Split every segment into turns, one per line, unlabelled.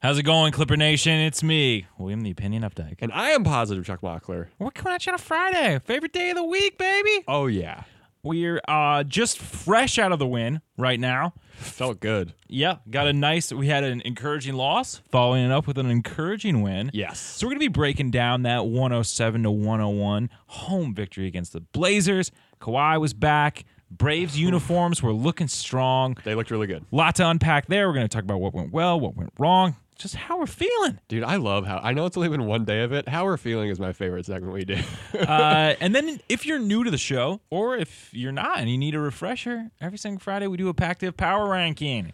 How's it going, Clipper Nation? It's me, William the Opinion Updike.
And I am positive Chuck Mockler.
We're coming at you on a Friday, favorite day of the week, baby.
Oh, yeah.
We're uh, just fresh out of the win right now.
Felt good.
Yeah, got a nice. We had an encouraging loss, following it up with an encouraging win.
Yes.
So we're gonna be breaking down that 107 to 101 home victory against the Blazers. Kawhi was back. Braves uniforms were looking strong.
They looked really good.
Lot to unpack there. We're gonna talk about what went well, what went wrong, just how we're feeling.
Dude, I love how I know it's only been one day of it. How we're feeling is my favorite segment we do.
uh, and then if you're new to the show, or if you're not and you need a refresher, every single Friday we do a Pactive Power Ranking.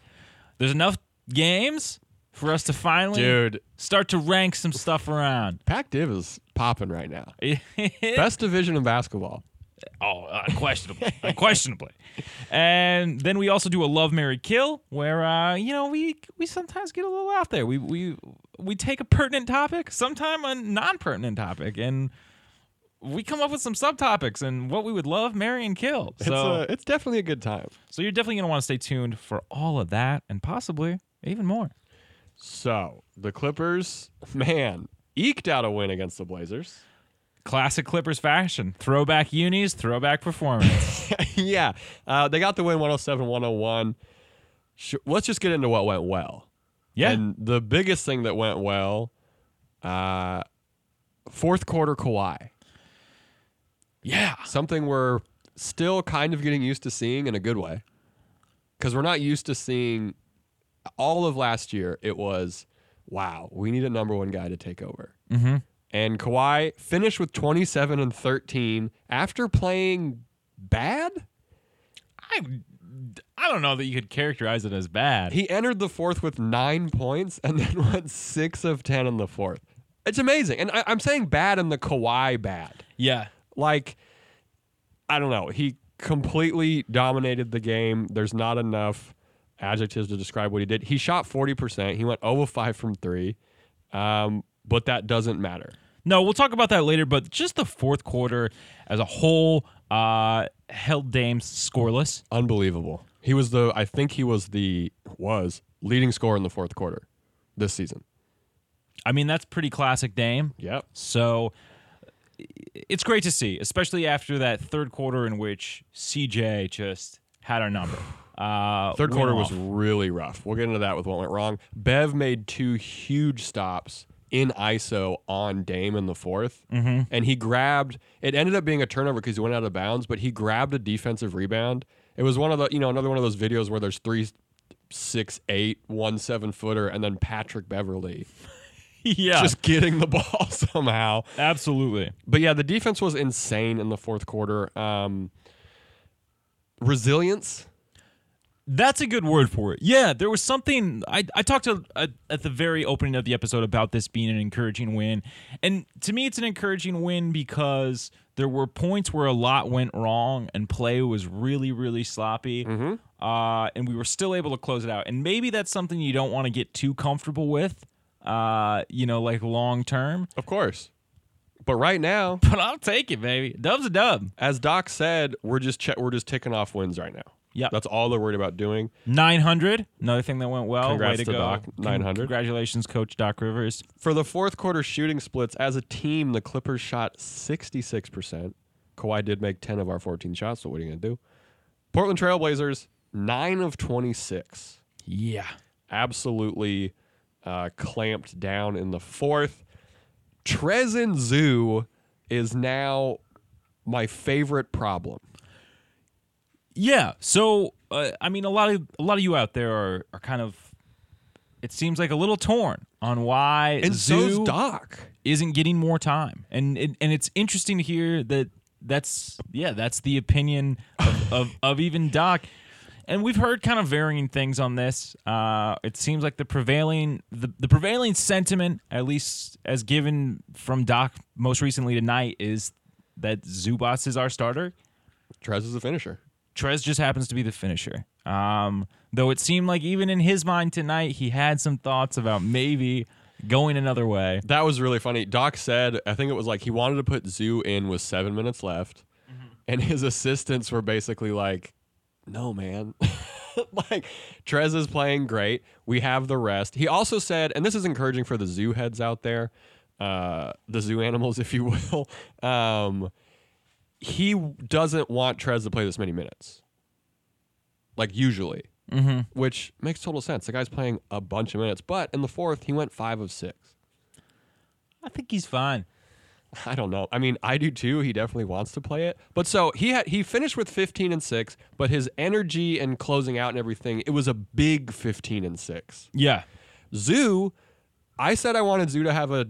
There's enough games for us to finally
Dude,
start to rank some stuff around.
Pac Div is popping right now.
oh,
Best division in basketball.
unquestionably, unquestionably. And then we also do a love, Mary kill, where uh, you know we we sometimes get a little out there. We we we take a pertinent topic, sometime a non-pertinent topic, and we come up with some subtopics and what we would love, marry, and kill.
It's,
So
uh, it's definitely a good time.
so you're definitely gonna want to stay tuned for all of that and possibly even more.
So the Clippers, man, eked out a win against the Blazers.
Classic Clippers fashion, throwback unis, throwback performance.
yeah, uh, they got the win 107 101. Sh- let's just get into what went well.
yeah,
And the biggest thing that went well, uh, fourth quarter Kawhi.
yeah.
Something we're still kind of getting used to seeing in a good way. Because we're not used to seeing all of last year, it was, wow, we need a number one guy to take over.
Mm-hmm.
And Kawhi finished with 27 and 13 after playing bad.
I I don't know that you could characterize it as bad.
He entered the fourth with nine points and then went six of 10 in the fourth. It's amazing. And I, I'm saying bad in the Kawhi bad.
yeah.
Like, I don't know. He completely dominated the game. There's not enough adjectives to describe what he did. He shot 40%. He went 0 of 5 from three. Um, but that doesn't matter.
No, we'll talk about that later, but just the fourth quarter as a whole uh held Dame scoreless.
Unbelievable. He was the, I think he was the, was leading scorer in the fourth quarter this season.
I mean, that's pretty classic Dame.
Yep.
So it's great to see, especially after that third quarter in which CJ just had our number. Uh,
Third
went
quarter
off.
was really rough. We'll get into that with what went wrong. Bev made two huge stops in ISO on Dame in the 4th And he grabbed it ended up being a turnover because he went out of bounds, but he grabbed a defensive rebound. It was one of the you know, another one of those videos where there's three six, eight, one seven footer, and then Patrick Beverly
yeah,
just getting the ball somehow.
absolutely.
But yeah, the defense was insane in the fourth quarter. Um resilience.
That's a good word for it. Yeah, there was something I, I talked to, uh, at the very opening of the episode about this being an encouraging win. And to me, it's an encouraging win because there were points where a lot went wrong and play was really, really sloppy. Uh, and we were still able to close it out. And maybe that's something you don't want to get too comfortable with, uh, you know, like long term.
Of course. But right now,
But I'll take it, baby. Dub's a dub.
as Doc said, we're just che- we're just ticking off wins right now.
Yeah.
that's all they're worried about doing.
900, another thing that went well.
Congrats
Way to,
to
go.
Doc.
Con-
900.
Congratulations, Coach Doc Rivers.
For the fourth quarter shooting splits as a team, the Clippers shot 66 percent. Kawhi did make 10 of our 14 shots. So what are you gonna do? Portland Trailblazers nine of 26,
Yeah.
absolutely uh, clamped down in the fourth. Trezin Zoo is now my favorite problem.
Yeah. So uh, I mean, a lot of a lot of you out there are, are kind of. It seems like a little torn on why
And so's
Zoo
Doc.
isn't getting more time, and it, and it's interesting to hear that that's yeah that's the opinion of, of, of even Doc, and we've heard kind of varying things on this. Uh, it seems like the prevailing the, the prevailing sentiment, at least as given from Doc most recently tonight, is that Zubas is our starter.
Trez is a finisher.
Trez just happens to be the finisher. Um, though it seemed like even in his mind tonight, he had some thoughts about maybe going another way.
That was really funny. Doc said, I think it was like he wanted to put Zoo in with seven minutes left, and his assistants were basically like, "No, man, like Trez is playing great. We have the rest. He also said, and this is encouraging for the zoo heads out there, uh, the zoo animals, if you will. Um, he doesn't want Trez to play this many minutes, like usually, which makes total sense. The guy's playing a bunch of minutes, but in the fourth, he went five of six.
I think he's fine.
I don't know. I mean, I do too. He definitely wants to play it. But so he had he finished with 15 and 6, but his energy and closing out and everything, it was a big 15 and 6.
Yeah.
Zoo, I said I wanted Zoo to have a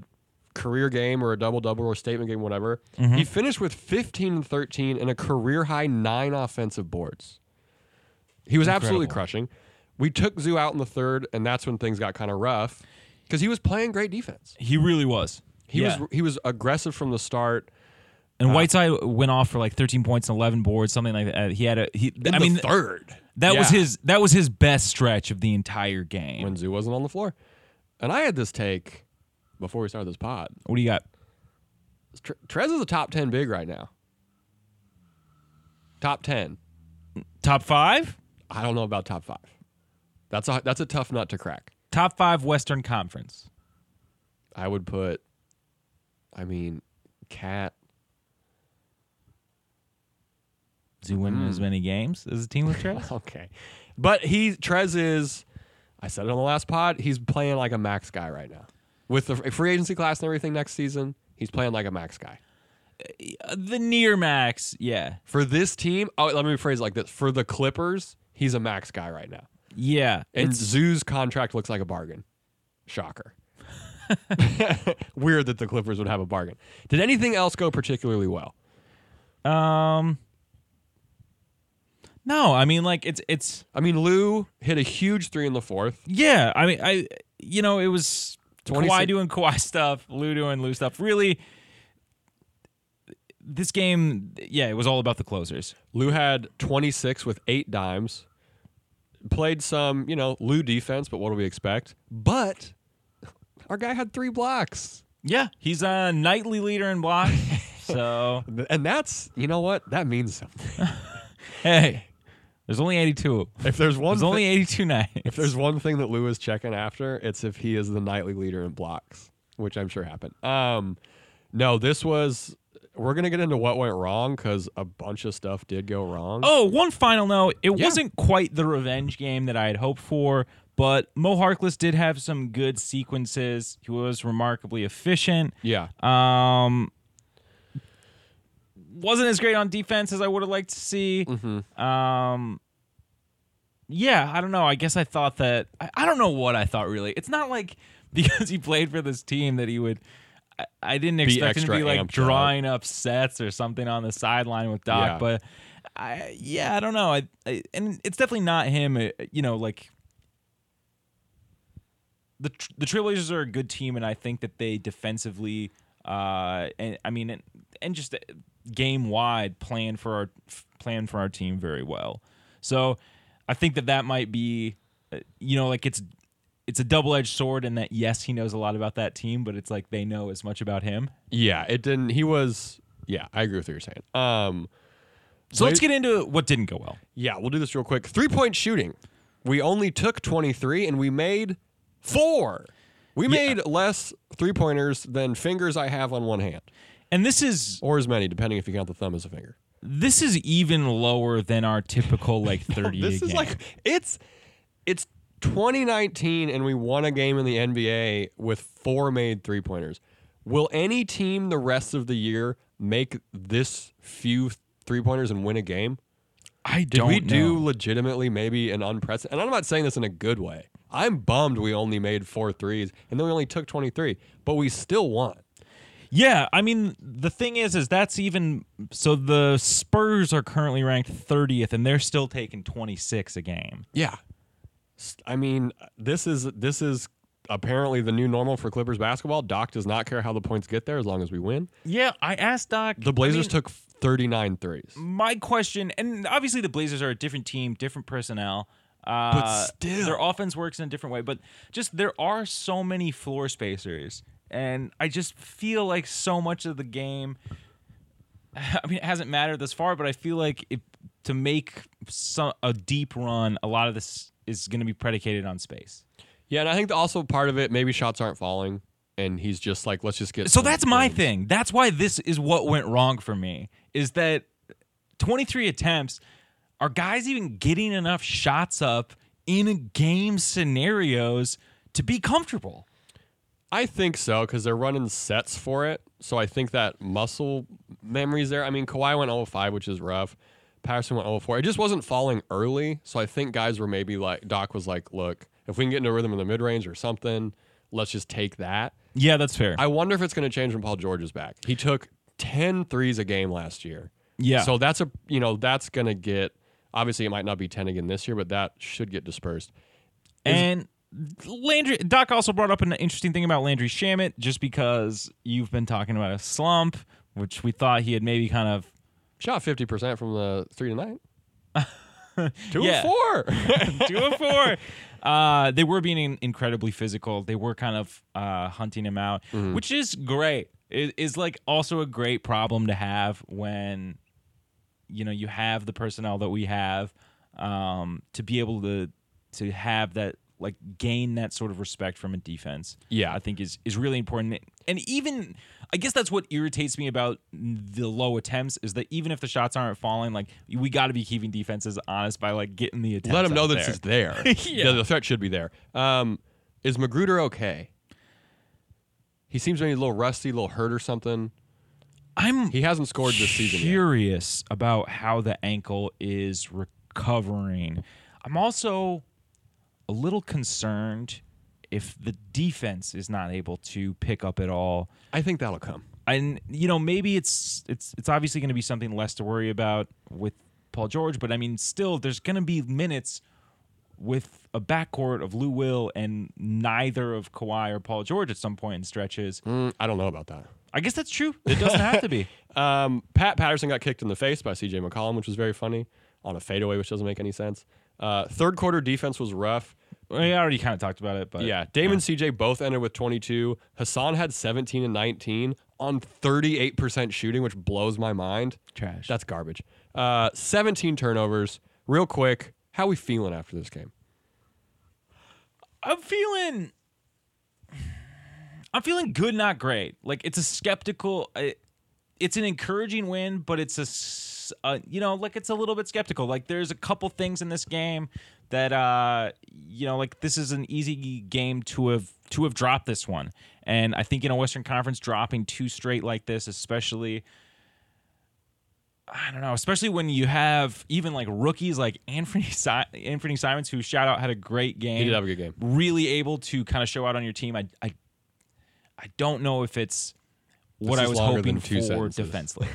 career game or a double double or a statement game whatever.
Mm-hmm.
He finished with 15 and 13 and a career high 9 offensive boards. He was absolutely
Incredible.
crushing. We took Zoo out in the third and that's when things got kind of rough cuz he was playing great defense.
He really was.
He
Yeah. Uh-huh.
was he was aggressive from the start.
And Whiteside went off for like 13 points and 11 boards, something like that. He had a he.
in
I
the
mean,
third.
that was
Yeah.
his that was his best stretch of the entire game.
when Zoo wasn't on the floor. And I had this take before we started this pod.
what do you got?
Tre- Trez is a top ten big right now. Top ten.
Top five,
I don't know about top five. That's a that's a tough nut to crack.
top five Western Conference.
I would put. I mean, Cat.
Is he winning as many games as a team with Trez?
Okay, but he Trez is. I said it on the last pod. He's playing like a max guy right now. With the free agency class and everything next season, he's playing like a max guy.
Uh, the near max, yeah,
For this team, oh, let me rephrase it like this: for the Clippers, he's a max guy right now.
yeah.
And Zoo's contract looks like a bargain. Shocker. Weird that the Clippers would have a bargain. Did anything else go particularly well?
Um, no, I mean like it's it's
I mean, Lou hit a huge three in the fourth.
yeah. I mean I you know it was
26
Kawhi doing Kawhi stuff, Lou doing Lou stuff. Really, this game, yeah, it was all about the closers.
Lou had 26 with eight dimes. Played some, you know, Lou defense, but what do we expect? But our guy had three blocks.
Yeah, he's a nightly leader in blocks. so
And that's, you know what? That means something.
hey, there's only 82.
If there's one,
There's
thi-
only 82 nights.
If there's one thing that Lou is checking after, it's if he is the nightly leader in blocks, which I'm sure happened. Um, no, this was. We're gonna get into what went wrong because a bunch of stuff did go wrong.
Oh, one final note. It wasn't quite the revenge game that I had hoped for, but Mo Harkless did have some good sequences. He was remarkably efficient.
Yeah,
Um, wasn't as great on defense as I would have liked to see.
Mm-hmm.
Um, yeah, I don't know. I guess I thought that I, I don't know what I thought really. It's not like because he played for this team that he would. I, I didn't expect him to
extra
be like
amped up.
drawing up sets or something on the sideline with Doc,
Yeah.
but I yeah, I don't know. I, I and it's definitely not him. uh, You know, like the tr- the Trailblazers are a good team, and I think that they defensively, uh, and I mean, and, and just game wide plan for our f- plan for our team very well. So I think that that might be, uh, you know, like it's it's a double edged sword, in that yes, he knows a lot about that team, but it's like they know as much about him.
yeah. It didn't. He was. Yeah, I agree with what you're saying. Um,
So
Wait-
let's get into what didn't go well.
yeah, we'll do this real quick. Three point shooting. We only took 23 and we made four. We made less three pointers than fingers I have on one hand,
And this is
or as many, depending if you count the thumb as a finger.
this is even lower than our typical like thirty. a
this is
game.
like it's it's 2019 and we won a game in the NBA with four made three pointers. Will any team the rest of the year make this few three pointers and win a game?
I
Did
don't
we
know.
do legitimately maybe an unprecedented? And I'm not saying this in a good way. I'm bummed we only made four threes and then we only took 23, but we still won.
Yeah, I mean the thing is, is that's even so. The Spurs are currently ranked thirtieth, and they're still taking twenty six a game.
Yeah. S- I mean, this is this is apparently the new normal for Clippers basketball. Doc does not care how the points get there as long as we win.
Yeah, I asked Doc.
The Blazers took 39 threes.
my question, and obviously the Blazers are a different team, different personnel. Uh,
still.
their offense works in a different way. But just there are so many floor spacers, and I just feel like so much of the game. I mean, it hasn't mattered this far, but I feel like it to make some, a deep run, a lot of this is going to be predicated on space.
Yeah, and I think also part of it, maybe shots aren't falling, and he's just like, let's just get.
So
some
that's my
wins.
thing. That's why this is what went wrong for me is that 23 attempts are guys even getting enough shots up in game scenarios to be comfortable.
I think so because they're running sets for it, so I think that muscle memory's there. I mean, Kawhi went 0-5, which is rough. Patterson went 0-4. It just wasn't falling early, so I think guys were maybe like Doc was like, look, if we can get into a rhythm in the mid range or something, let's just take that.
Yeah, that's fair.
I wonder if it's going to change when Paul George is back. He took 10 threes a game last year.
Yeah.
So that's a, you know, that's going to get, obviously, it might not be 10 again this year, but that should get dispersed.
And Landry Doc also brought up an interesting thing about Landry Shamit, just because you've been talking about a slump, which we thought he had maybe kind of
Shot 50% from the three to nine. Two
Yeah.
or four.
two or four. Uh, they were being in- incredibly physical. They were kind of uh, hunting him out, which is great. It is like also a great problem to have when you know you have the personnel that we have um, to be able to to have that like gain that sort of respect from a defense.
Yeah.
I think is is really important. And even I guess that's what irritates me about the low attempts is that even if the shots aren't falling, like we got to be keeping defenses honest by like getting the attempts.
Let them know
out
that
there.
it's there.
Yeah.
the, the threat should be there. Um, is Magruder okay? He seems maybe a little rusty, a little hurt or something.
I'm
He hasn't scored this season yet.
curious about how the ankle is recovering. I'm also a little concerned if the defense is not able to pick up at all.
I think that'll come.
And you know, maybe it's it's it's obviously going to be something less to worry about with Paul George, but I mean, still, there's going to be minutes with a backcourt of Lou Will and neither of Kawhi or Paul George at some point in stretches.
Mm, I don't know about that.
I guess that's true. It doesn't have to be.
Um, Pat Patterson got kicked in the face by CJ McCollum, which was very funny on a fadeaway, which doesn't make any sense. Uh, third quarter defense was rough.
I already kind of talked about it, but
Yeah, Damon CJ both ended with 22. Hassan had 17 and 19 on 38% shooting, which blows my mind.
Trash.
That's garbage. Uh, 17 turnovers. Real quick, how we feeling after this game?
I'm feeling I'm feeling good, not great. Like it's a skeptical. It, it's an encouraging win, but it's a s- uh, you know like it's a little bit skeptical. Like there's a couple things in this game that uh you know like this is an easy game to have to have dropped this one, and I think in a Western Conference dropping two straight like this, especially. I don't know, especially when you have even like rookies like Anthony si- Anthony Simons, who shout out had a great game.
He did have a good game.
Really able to kind of show out on your team. I I I don't know if it's what
This
I
is
was
longer
hoping
than two
for
sentences.
defensively.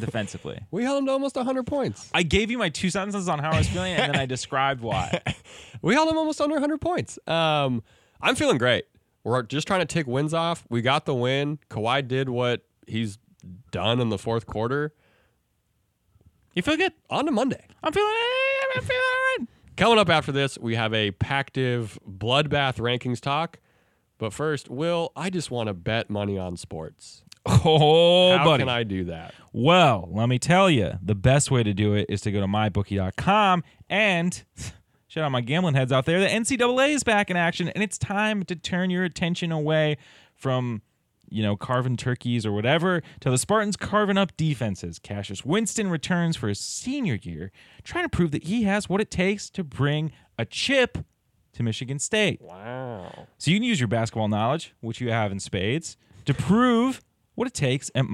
defensively.
We held him to almost 100 points.
I gave you my two sentences on how I was feeling and then I described why.
We held them almost under 100 points. Um, I'm feeling great. We're just trying to tick wins off. We got the win. Kawhi did what he's done in the fourth quarter.
You feel good?
On to Monday.
I'm feeling I'm feeling all right.
Coming up after this, we have a Pactive Bloodbath Rankings talk. But first, Will, I just want to bet money on sports.
Oh,
How
buddy.
can I do that?
Well, let me tell you, the best way to do it is to go to mybookie.com and shout out my gambling heads out there. The NCAA is back in action, and it's time to turn your attention away from, you know, carving turkeys or whatever to the Spartans carving up defenses. Cassius Winston returns for his senior year, trying to prove that he has what it takes to bring a chip to Michigan State.
Wow.
So you can use your basketball knowledge, which you have in spades, to prove what it takes at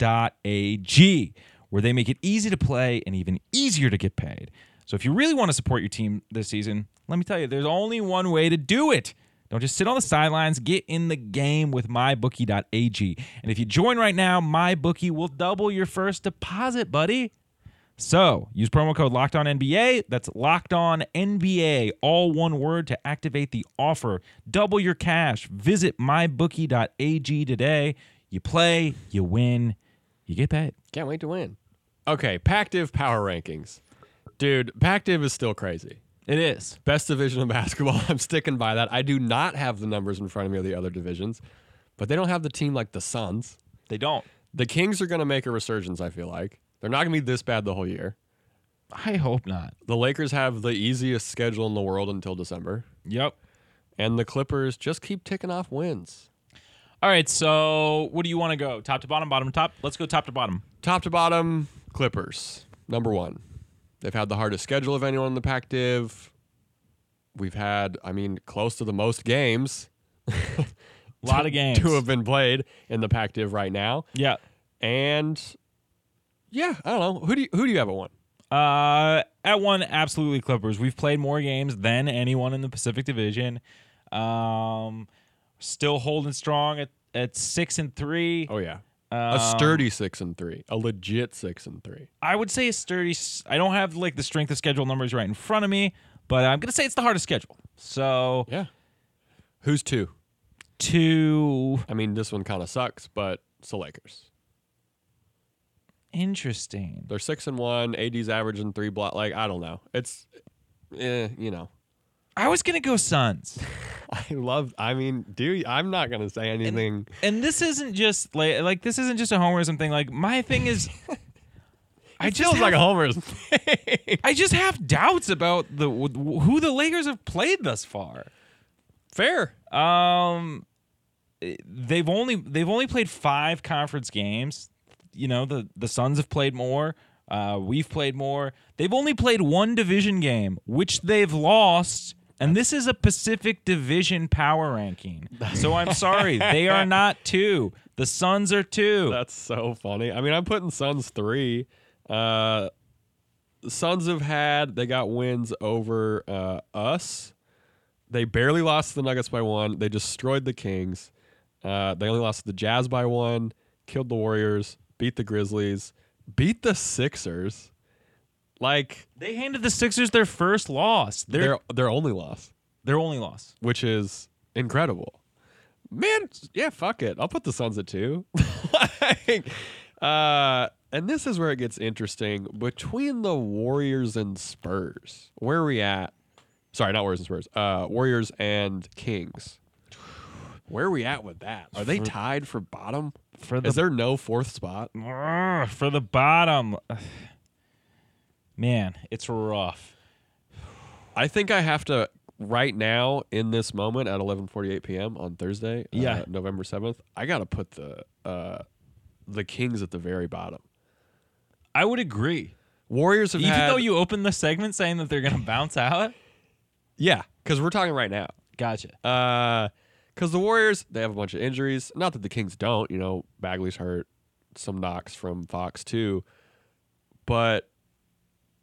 mybookie.ag, where they make it easy to play and even easier to get paid. So if you really want to support your team this season, let me tell you, there's only one way to do it. Don't just sit on the sidelines. Get in the game with mybookie.ag. And if you join right now, mybookie will double your first deposit, buddy. So use promo code Locked On NBA. That's Locked On NBA, all one word to activate the offer. Double your cash. Visit mybookie.ag today. You play, you win, you get paid.
Can't wait to win. Okay, Pactive Power Rankings. Dude, Pactive is still crazy.
It is.
Best division of basketball. I'm sticking by that. I do not have the numbers in front of me of the other divisions, but they don't have the team like the Suns.
They don't.
The Kings are going to make a resurgence, I feel like. They're not going to be this bad the whole year.
I hope not.
The Lakers have the easiest schedule in the world until December,
Yep.
and the Clippers just keep ticking off wins.
All right. So, what do you want to go? Top to bottom, bottom to top. Let's go top to bottom.
Top to bottom, Clippers number one. They've had the hardest schedule of anyone in the Pac Div. We've had, I mean, close to the most games.
A lot of games.
to have been played in the Pac Div right now.
Yeah.
And yeah, I don't know. Who do you, who do you have at one?
Uh, at one, absolutely Clippers. We've played more games than anyone in the Pacific Division. Um, still holding strong at, at six and three.
Oh yeah. a
Um,
sturdy six and three. A legit six and three.
I would say a sturdy. s- I don't have like the strength of schedule numbers right in front of me, but I'm gonna say it's the hardest schedule. So
Yeah. Who's two?
two,
I mean, this one kind of sucks, but it's the Lakers.
interesting.
They're six and one. AD's averaging three block. Like I don't know. It's, eh, you know.
I was gonna go Suns.
I love. I mean, dude, I'm not gonna say anything.
and this isn't just like like this isn't just a homerism thing. Like my thing is, I just
Feels
have,
like a homer's thing.
I just have doubts about the who the Lakers have played thus far.
Fair.
Um, they've only they've only played five conference games. You know the the Suns have played more. Uh, we've played more. They've only played one division game, which they've lost. And this is a Pacific Division power ranking. So I'm sorry, they are not two. The Suns are two.
That's so funny. I mean, I'm putting Suns three. Uh, Suns have had they got wins over uh, us. They barely lost to the Nuggets by one. They destroyed the Kings. Uh, they only lost to the Jazz by one. Killed the Warriors. Beat the Grizzlies. Beat the Sixers. Like
They handed the Sixers their first loss. Their
their their only loss,
their only loss.
which is incredible. Man, yeah, fuck it. I'll put the Suns at two. like, uh, and this is where it gets interesting between the Warriors and Spurs. Where are we at? Sorry, not Warriors and Spurs. Uh, Warriors and Kings. Where are we at with that? Are they tied for bottom?
For the
Is there no fourth spot?
Grr, for the bottom. Man, it's rough.
I think I have to right now in this moment at 11:48 p.m. on Thursday, uh,
Yeah.
November 7th. I got to put the uh, the Kings at the very bottom.
I would agree.
Warriors have
Even
had,
though you opened the segment saying that they're going to bounce out.
yeah, because we're talking right now.
Gotcha.
Because Uh, the Warriors they have a bunch of injuries. Not that the Kings don't. You know, Bagley's hurt, some knocks from Fox too, but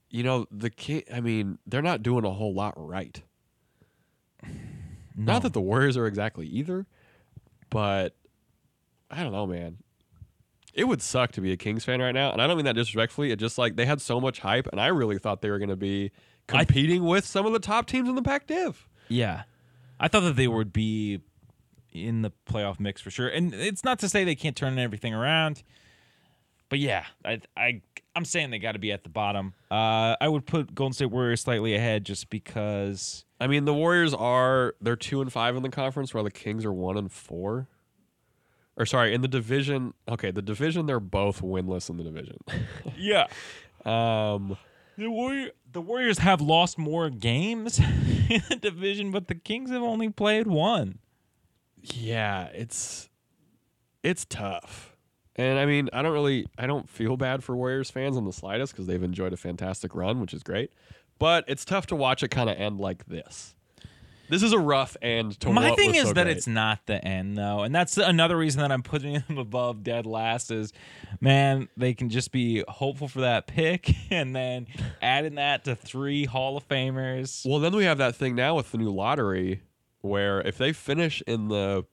you know the King. I mean, they're not doing a whole lot right. Not that the Warriors are exactly either, but I don't know, man. It would suck to be a Kings fan right now, and I don't mean that disrespectfully. It just like they had so much hype, and I really thought they were going to be
I-
competing with some of the top teams in the Pac-Div.
Yeah. I thought that they would be in the playoff mix for sure. And it's not to say they can't turn everything around. But yeah, I I I'm saying they got to be at the bottom. Uh, I would put Golden State Warriors slightly ahead just because
I mean, the Warriors are they're two and five in the conference, while the Kings are one and four. Or sorry, in the division. Okay, the division they're both winless in the division.
Yeah.
um,
The Warrior, the Warriors have lost more games in the division, but the Kings have only played one.
yeah, it's it's tough. And I mean, I don't really, I don't feel bad for Warriors fans on the slightest because they've enjoyed a fantastic run, which is great. But it's tough to watch it kind of end like this. This is a rough end to
My
what
thing
was
is
so
that
great.
it's not the end though, and that's another reason that I'm putting them above dead last. Is man, they can just be hopeful for that pick, and then adding that to three Hall of Famers.
Well, then we have that thing now with the new lottery where if they finish in the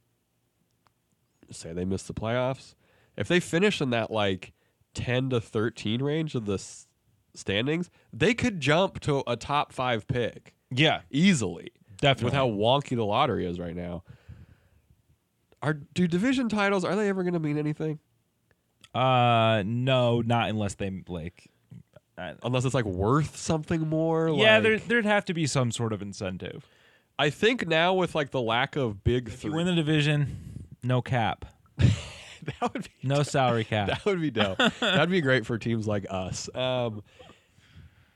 say they miss the playoffs, if they finish in that like 10 to 13 range of the s- standings, they could jump to a top 5 pick
Yeah,
easily with
definitely.
how wonky the lottery is right now. Are do division titles are they ever going to mean anything?
uh, no, not unless they like. I-
Unless it's like worth something more.
yeah,
like-
there there'd have to be some sort of incentive.
I think now with like the lack of big
If you
three,
win the division, no cap,
that would be
no salary cap.
That would be dope. That'd be great for teams like us. Um,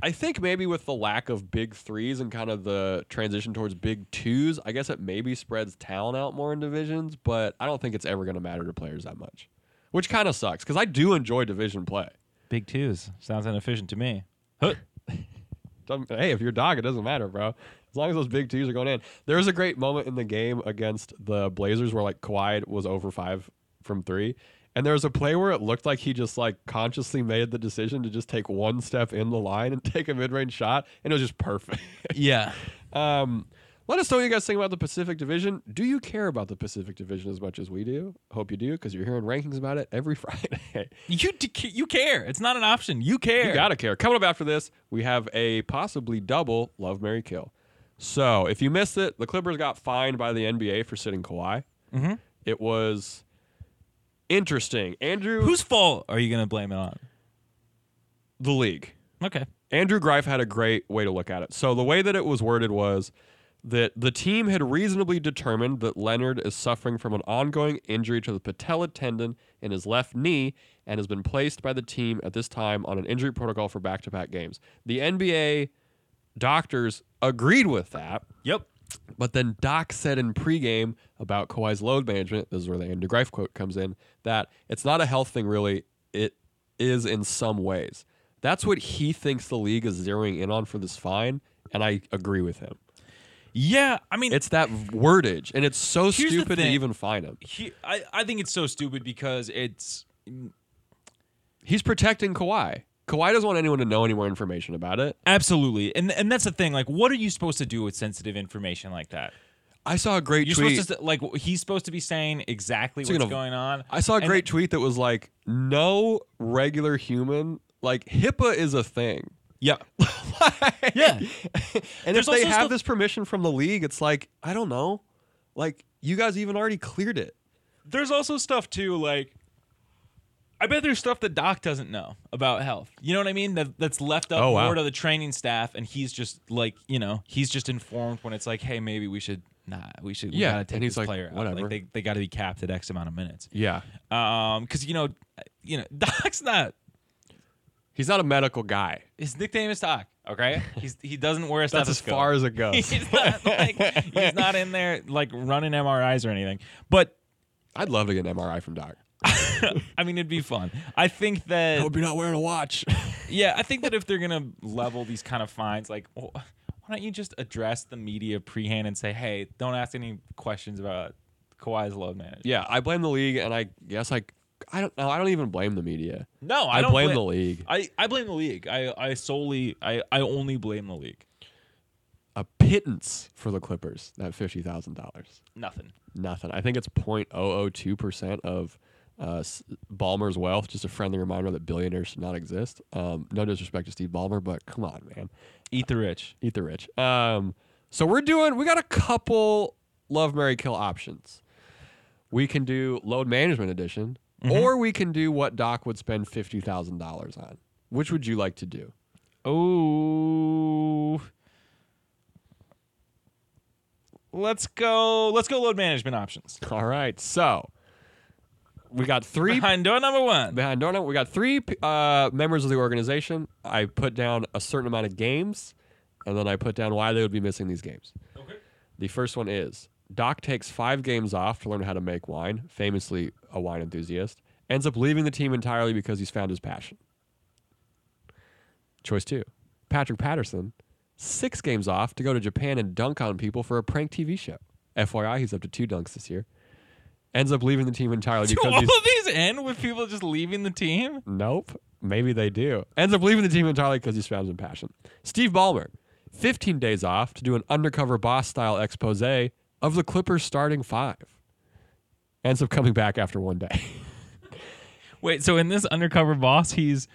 I think maybe with the lack of big threes and kind of the transition towards big twos, I guess it maybe spreads talent out more in divisions, but I don't think it's ever going to matter to players that much, which kind of sucks because I do enjoy division play.
Big twos sounds inefficient to me. Huh.
Doesn't- hey, if you're a dog, it doesn't matter, bro. As long as those big twos are going in. There was a great moment in the game against the Blazers where like Kawhi was over five from three. And there was a play where it looked like he just like consciously made the decision to just take one step in the line and take a mid range shot, and it was just perfect.
Yeah.
um, let us know what you guys think about the Pacific Division. Do you care about the Pacific Division as much as we do? Hope you do, because you're hearing rankings about it every Friday.
You d- you care. It's not an option. You care.
You gotta care. Coming up after this, we have a possibly double Love Mary Kill. So if you missed it, the Clippers got fined by the NBA for sitting Kawhi.
Mhm.
It was interesting. Andrew,
Whose fault are you going to blame it on?
the league.
Okay.
Andrew Greif had a great way to look at it. So the way that it was worded was that the team had reasonably determined that Leonard is suffering from an ongoing injury to the patella tendon in his left knee and has been placed by the team at this time on an injury protocol for back-to-back games. The NBA doctors agreed with that.
Yep.
But then Doc said in pregame about Kawhi's load management, this is where the Andrew Greif quote comes in, that it's not a health thing really. It is in some ways. That's what he thinks the league is zeroing in on for this fine, and I agree with him.
Yeah. I mean,
It's that wordage, and it's so
Here's the
stupid to
thing.
even fine him.
he, I, I think it's so stupid because it's
He's protecting Kawhi. Kawhi doesn't want anyone to know any more information about it.
absolutely. And and that's the thing. Like, what are you supposed to do with sensitive information like that?
I saw a great
You're
tweet.
supposed to, like, he's supposed to be saying exactly
Speaking
what's
of-
going on.
I saw a
And-
great tweet that was like, "No regular human, like HIPAA is a thing."
Yep.
Like-
Yeah.
and
There's
if they
also
have
stuff-
this permission from the league, it's like, I don't know. Like, you guys even already cleared it.
there's also stuff too like I bet there's stuff that Doc doesn't know about health. You know what I mean? That that's left up
Oh, wow.
more to the training staff, and he's just like, you know, he's just informed when it's like, hey, maybe we should not, we should,
Yeah,
we gotta
and
take
he's
this
like,
player out.
whatever.
Like they they got to be capped at X amount of minutes.
Yeah.
Um, because you know, you know, Doc's not
He's not a medical guy.
his nickname is Doc. Okay, he's he doesn't wear a
That's as
stethoscope.
far as it goes.
he's not like he's not in there like running MRIs or anything. But
I'd love to get an MRI from Doc.
I mean, it'd be fun. I think that
I hope you're not wearing a watch.
Yeah, I think that if they're gonna level these kind of fines, like, well, why don't you just address the media prehand and say, "Hey, don't ask any questions about Kawhi's load management."
yeah, I blame the league, and I guess I, I don't know. I don't even blame the media.
No, I,
I,
don't
blame the league.
I, I blame the league. I, I solely I, I only blame the league.
A pittance for the Clippers. That fifty thousand dollars.
Nothing.
Nothing. I think it's 0.002 percent of uh, S- Ballmer's wealth. Just a friendly reminder that billionaires should not exist. Um, no disrespect to Steve Ballmer, but come on, man,
Eat the rich.
eat the rich. Um, so we're doing. We got a couple love, Mary kill options. We can do load management edition, or we can do what Doc would spend fifty thousand dollars on. Which would you like to do?
Oh. Let's go. Let's go. Load management options.
All right, so we got three
Behind door number one.
behind Dorna. We got three p- uh, members of the organization. I put down a certain amount of games, and then I put down why they would be missing these games.
Okay.
The first one is Doc takes five games off to learn how to make wine, famously a wine enthusiast, ends up leaving the team entirely because he's found his passion. Choice two Patrick Patterson, six games off to go to Japan and dunk on people for a prank TV show. FYI, he's up to two dunks this year. Ends up leaving the team entirely
Do
because
all
he's.
of these end with people just leaving the team?
Nope. Maybe they do. Ends up leaving the team entirely because he's found in passion. Steve Ballmer, 15 days off to do an undercover boss style expose of the Clippers starting five. Ends up coming back after one day.
Wait, so in this undercover boss, he's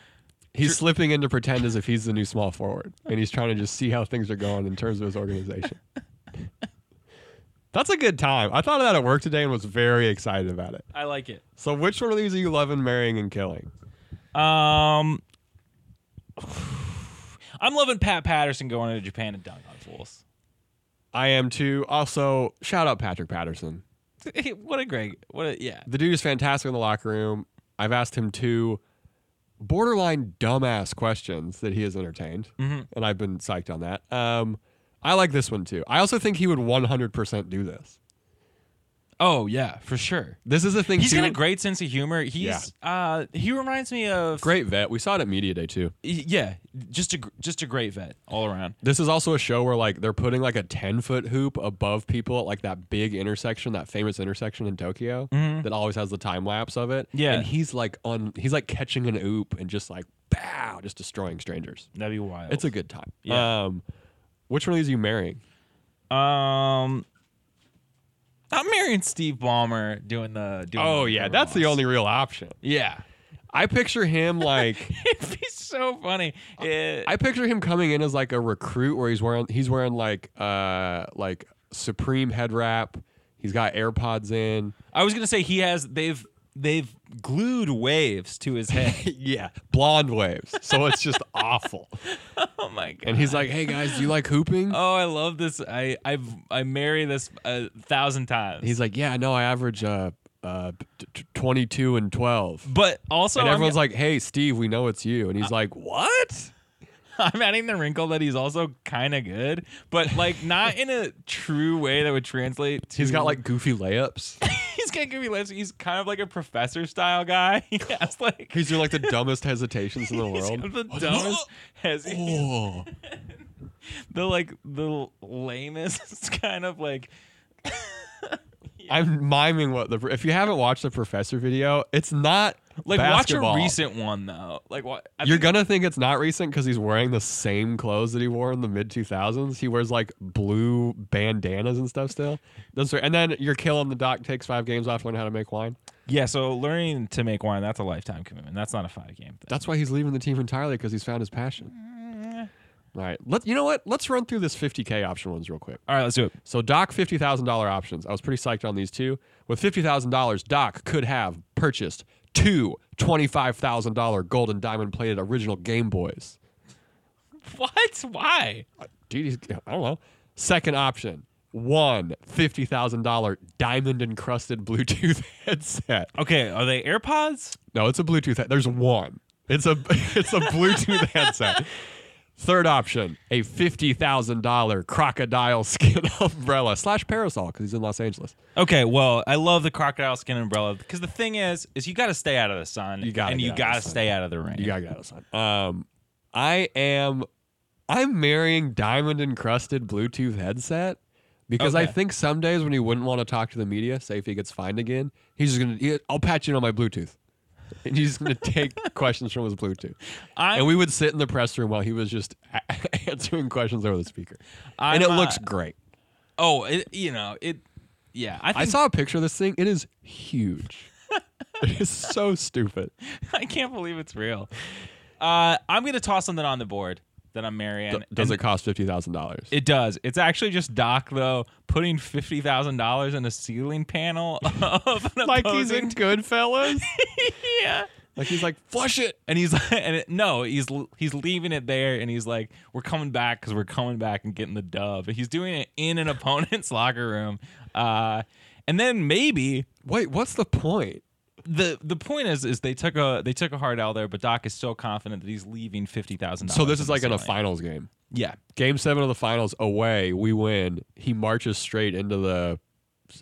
He's slipping in to pretend as if he's the new small forward, and he's trying to just see how things are going in terms of his organization. That's a good time. I thought of that at work today and was very excited about it.
I like it.
So, which one of these are you loving, marrying, and killing?
Um I'm loving Pat Patterson going to Japan and dunk on fools.
I am too. Also, shout out Patrick Patterson.
what a great what a yeah.
the dude is fantastic in the locker room. I've asked him to borderline dumbass questions that he has entertained,
Mm-hmm.
and I've been psyched on that. Um, I like this one too. I also think he would 100% do this.
Oh yeah, for sure.
This is a thing.
He's
too.
got a great sense of humor. He's uh he reminds me of
great vet. We saw it at media day too.
yeah, just a gr- just a great vet all around.
This is also a show where like they're putting like a 10 foot hoop above people at like that big intersection, that famous intersection in Tokyo that always has the time lapse of it.
Mm-hmm. Yeah.
And he's like on he's like catching an oop and just like bow, just destroying strangers.
That'd be wild.
It's a good time.
Yeah.
Um which one of these are you marrying?
um not marrying Steve Ballmer doing the doing
Oh yeah, that's the
Ross.
only real option.
Yeah.
I picture him like
It'd be so funny. Yeah.
I picture him coming in as like a recruit where he's wearing he's wearing like uh like supreme head wrap. He's got AirPods in.
I was gonna say he has they've they've glued waves to his head.
yeah, blonde waves. So it's just awful.
oh my god.
And he's like, "Hey guys, do you like hooping?"
Oh, I love this. I I've I marry this a thousand times.
He's like, "Yeah, no, I average uh, uh, t- t- 22 and 12."
but also,
And
I'm-
everyone's like, "Hey, Steve, we know it's you." And he's like, "What?"
I'm adding the wrinkle that he's also kind of good, but like not in a true way that would translate to.
He's got like goofy layups.
he's got goofy lips. He's kind of like a professor style guy. He has like
He's doing like the dumbest hesitations in the
he's
world.
got the dumbest, has
Oh.
the like the lamest kind of like.
I'm miming what the if you haven't watched the professor video, it's not
Like
basketball.
watch a recent one though. Like what
You're gonna think it's not recent because he's wearing the same clothes that he wore in the mid 2000s. He wears like blue bandanas and stuff still. That's right. And then you're killing the doc takes five games off to learn how to make wine.
yeah. So learning to make wine that's a lifetime commitment. That's not a five game thing.
That's why he's leaving the team entirely because he's found his passion.
Mm.
All right. Let you know what? Let's run through this 50k option ones real quick.
All right, let's do it.
So Doc fifty thousand dollar options. I was pretty psyched on these two. With fifty thousand dollars, Doc could have purchased two twenty-five thousand dollar gold and diamond plated original Game Boys.
What? Why?
Dude, he's- I don't know. Second option, one fifty thousand dollar diamond encrusted Bluetooth headset.
Okay, are they AirPods?
No, it's a Bluetooth. Head- There's one. It's a it's a Bluetooth headset. Third option, a fifty thousand dollar crocodile skin umbrella slash parasol because he's in Los Angeles.
Okay, well, I love the crocodile skin umbrella because the thing is, is you got to stay out of the sun.
You gotta
and
get
you
out of the
got to
sun.
stay out of the rain.
You gotta get out of sign. Um, I am, I'm marrying diamond encrusted Bluetooth headset because I
Okay.
think some days when he wouldn't want to talk to the media, say if he gets fined again, he's just gonna, he- I'll patch in on my Bluetooth. And he's gonna take questions from his Bluetooth,
I'm-
and we would sit in the press room while he was just a- answering questions over the speaker, and it
I'm, uh,
looks great.
oh, it, you know it. Yeah, I
I
think,
saw a picture of this thing; it is huge. it is so stupid.
I, can't believe it's real. Uh, I'm gonna toss something on the board that I'm marrying.
Does
and
it cost fifty thousand dollars?
It does. It's actually just Doc though putting fifty thousand dollars in a ceiling panel of an
Like he's in
opposing-
Goodfellas.
yeah.
Like he's like, flush it.
And he's like, and it, no, he's l- he's leaving it there, and he's like, we're coming back because we're coming back and getting the dub. He's doing it in an opponent's locker room, uh, and then maybe
Wait, what's the point?
the the point is is they took a they took a hard L there, but Doc is so confident that he's leaving fifty thousand.
So this is like in a finals game.
yeah.
Game seven of the finals away, we win. He marches straight into the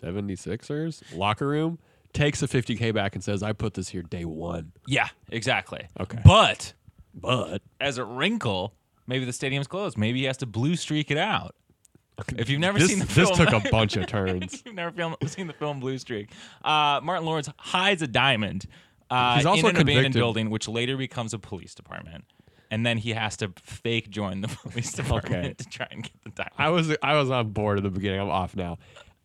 76ers locker room, takes the 50K back and says, I put this here day one.
Yeah, exactly.
Okay.
But
But
as a wrinkle, maybe the stadium's closed. Maybe he has to blue streak it out. If you've never
this,
seen the
this
film,
took a bunch of turns.
If You've never film, seen the film Blue Streak. Uh, Martin Lawrence hides a diamond uh,
He's also
in an abandoned
convicted.
building, which later becomes a police department. And then he has to fake join the police department
Okay.
to try and get the diamond.
I was I was on board at the beginning. I'm off now.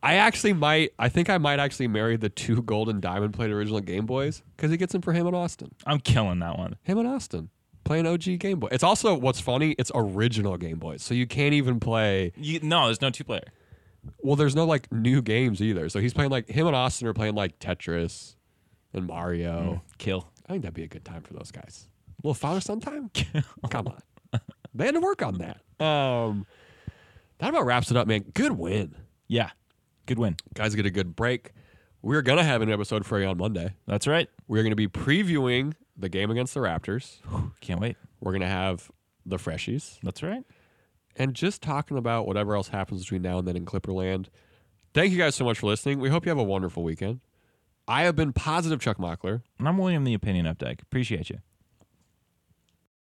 I actually might I think I might actually marry the two gold and diamond plate original Game Boys because he gets them for him and Austin.
I'm killing that one.
Him and Austin playing OG Game Boy. It's also what's funny. It's original Game Boys, so you can't even play.
You, no, there's no two player.
Well, there's no like new games either. So he's playing like him and Austin are playing like Tetris and Mario.
Hmm. Kill.
I think that'd be a good time for those guys. little father son time. Come on, they had to work on that. Um, that about wraps it up, man. Good win.
Yeah. Good win.
Guys get a good break. We're going to have an episode for you on Monday.
That's right.
We're going to be previewing the game against the Raptors.
Can't wait.
We're going to have the freshies
That's right.
and just talking about whatever else happens between now and then in Clipperland. Thank you guys so much for listening. We hope you have a wonderful weekend. I have been positive Chuck Mockler.
And I'm William the Opinion Updike. Appreciate you.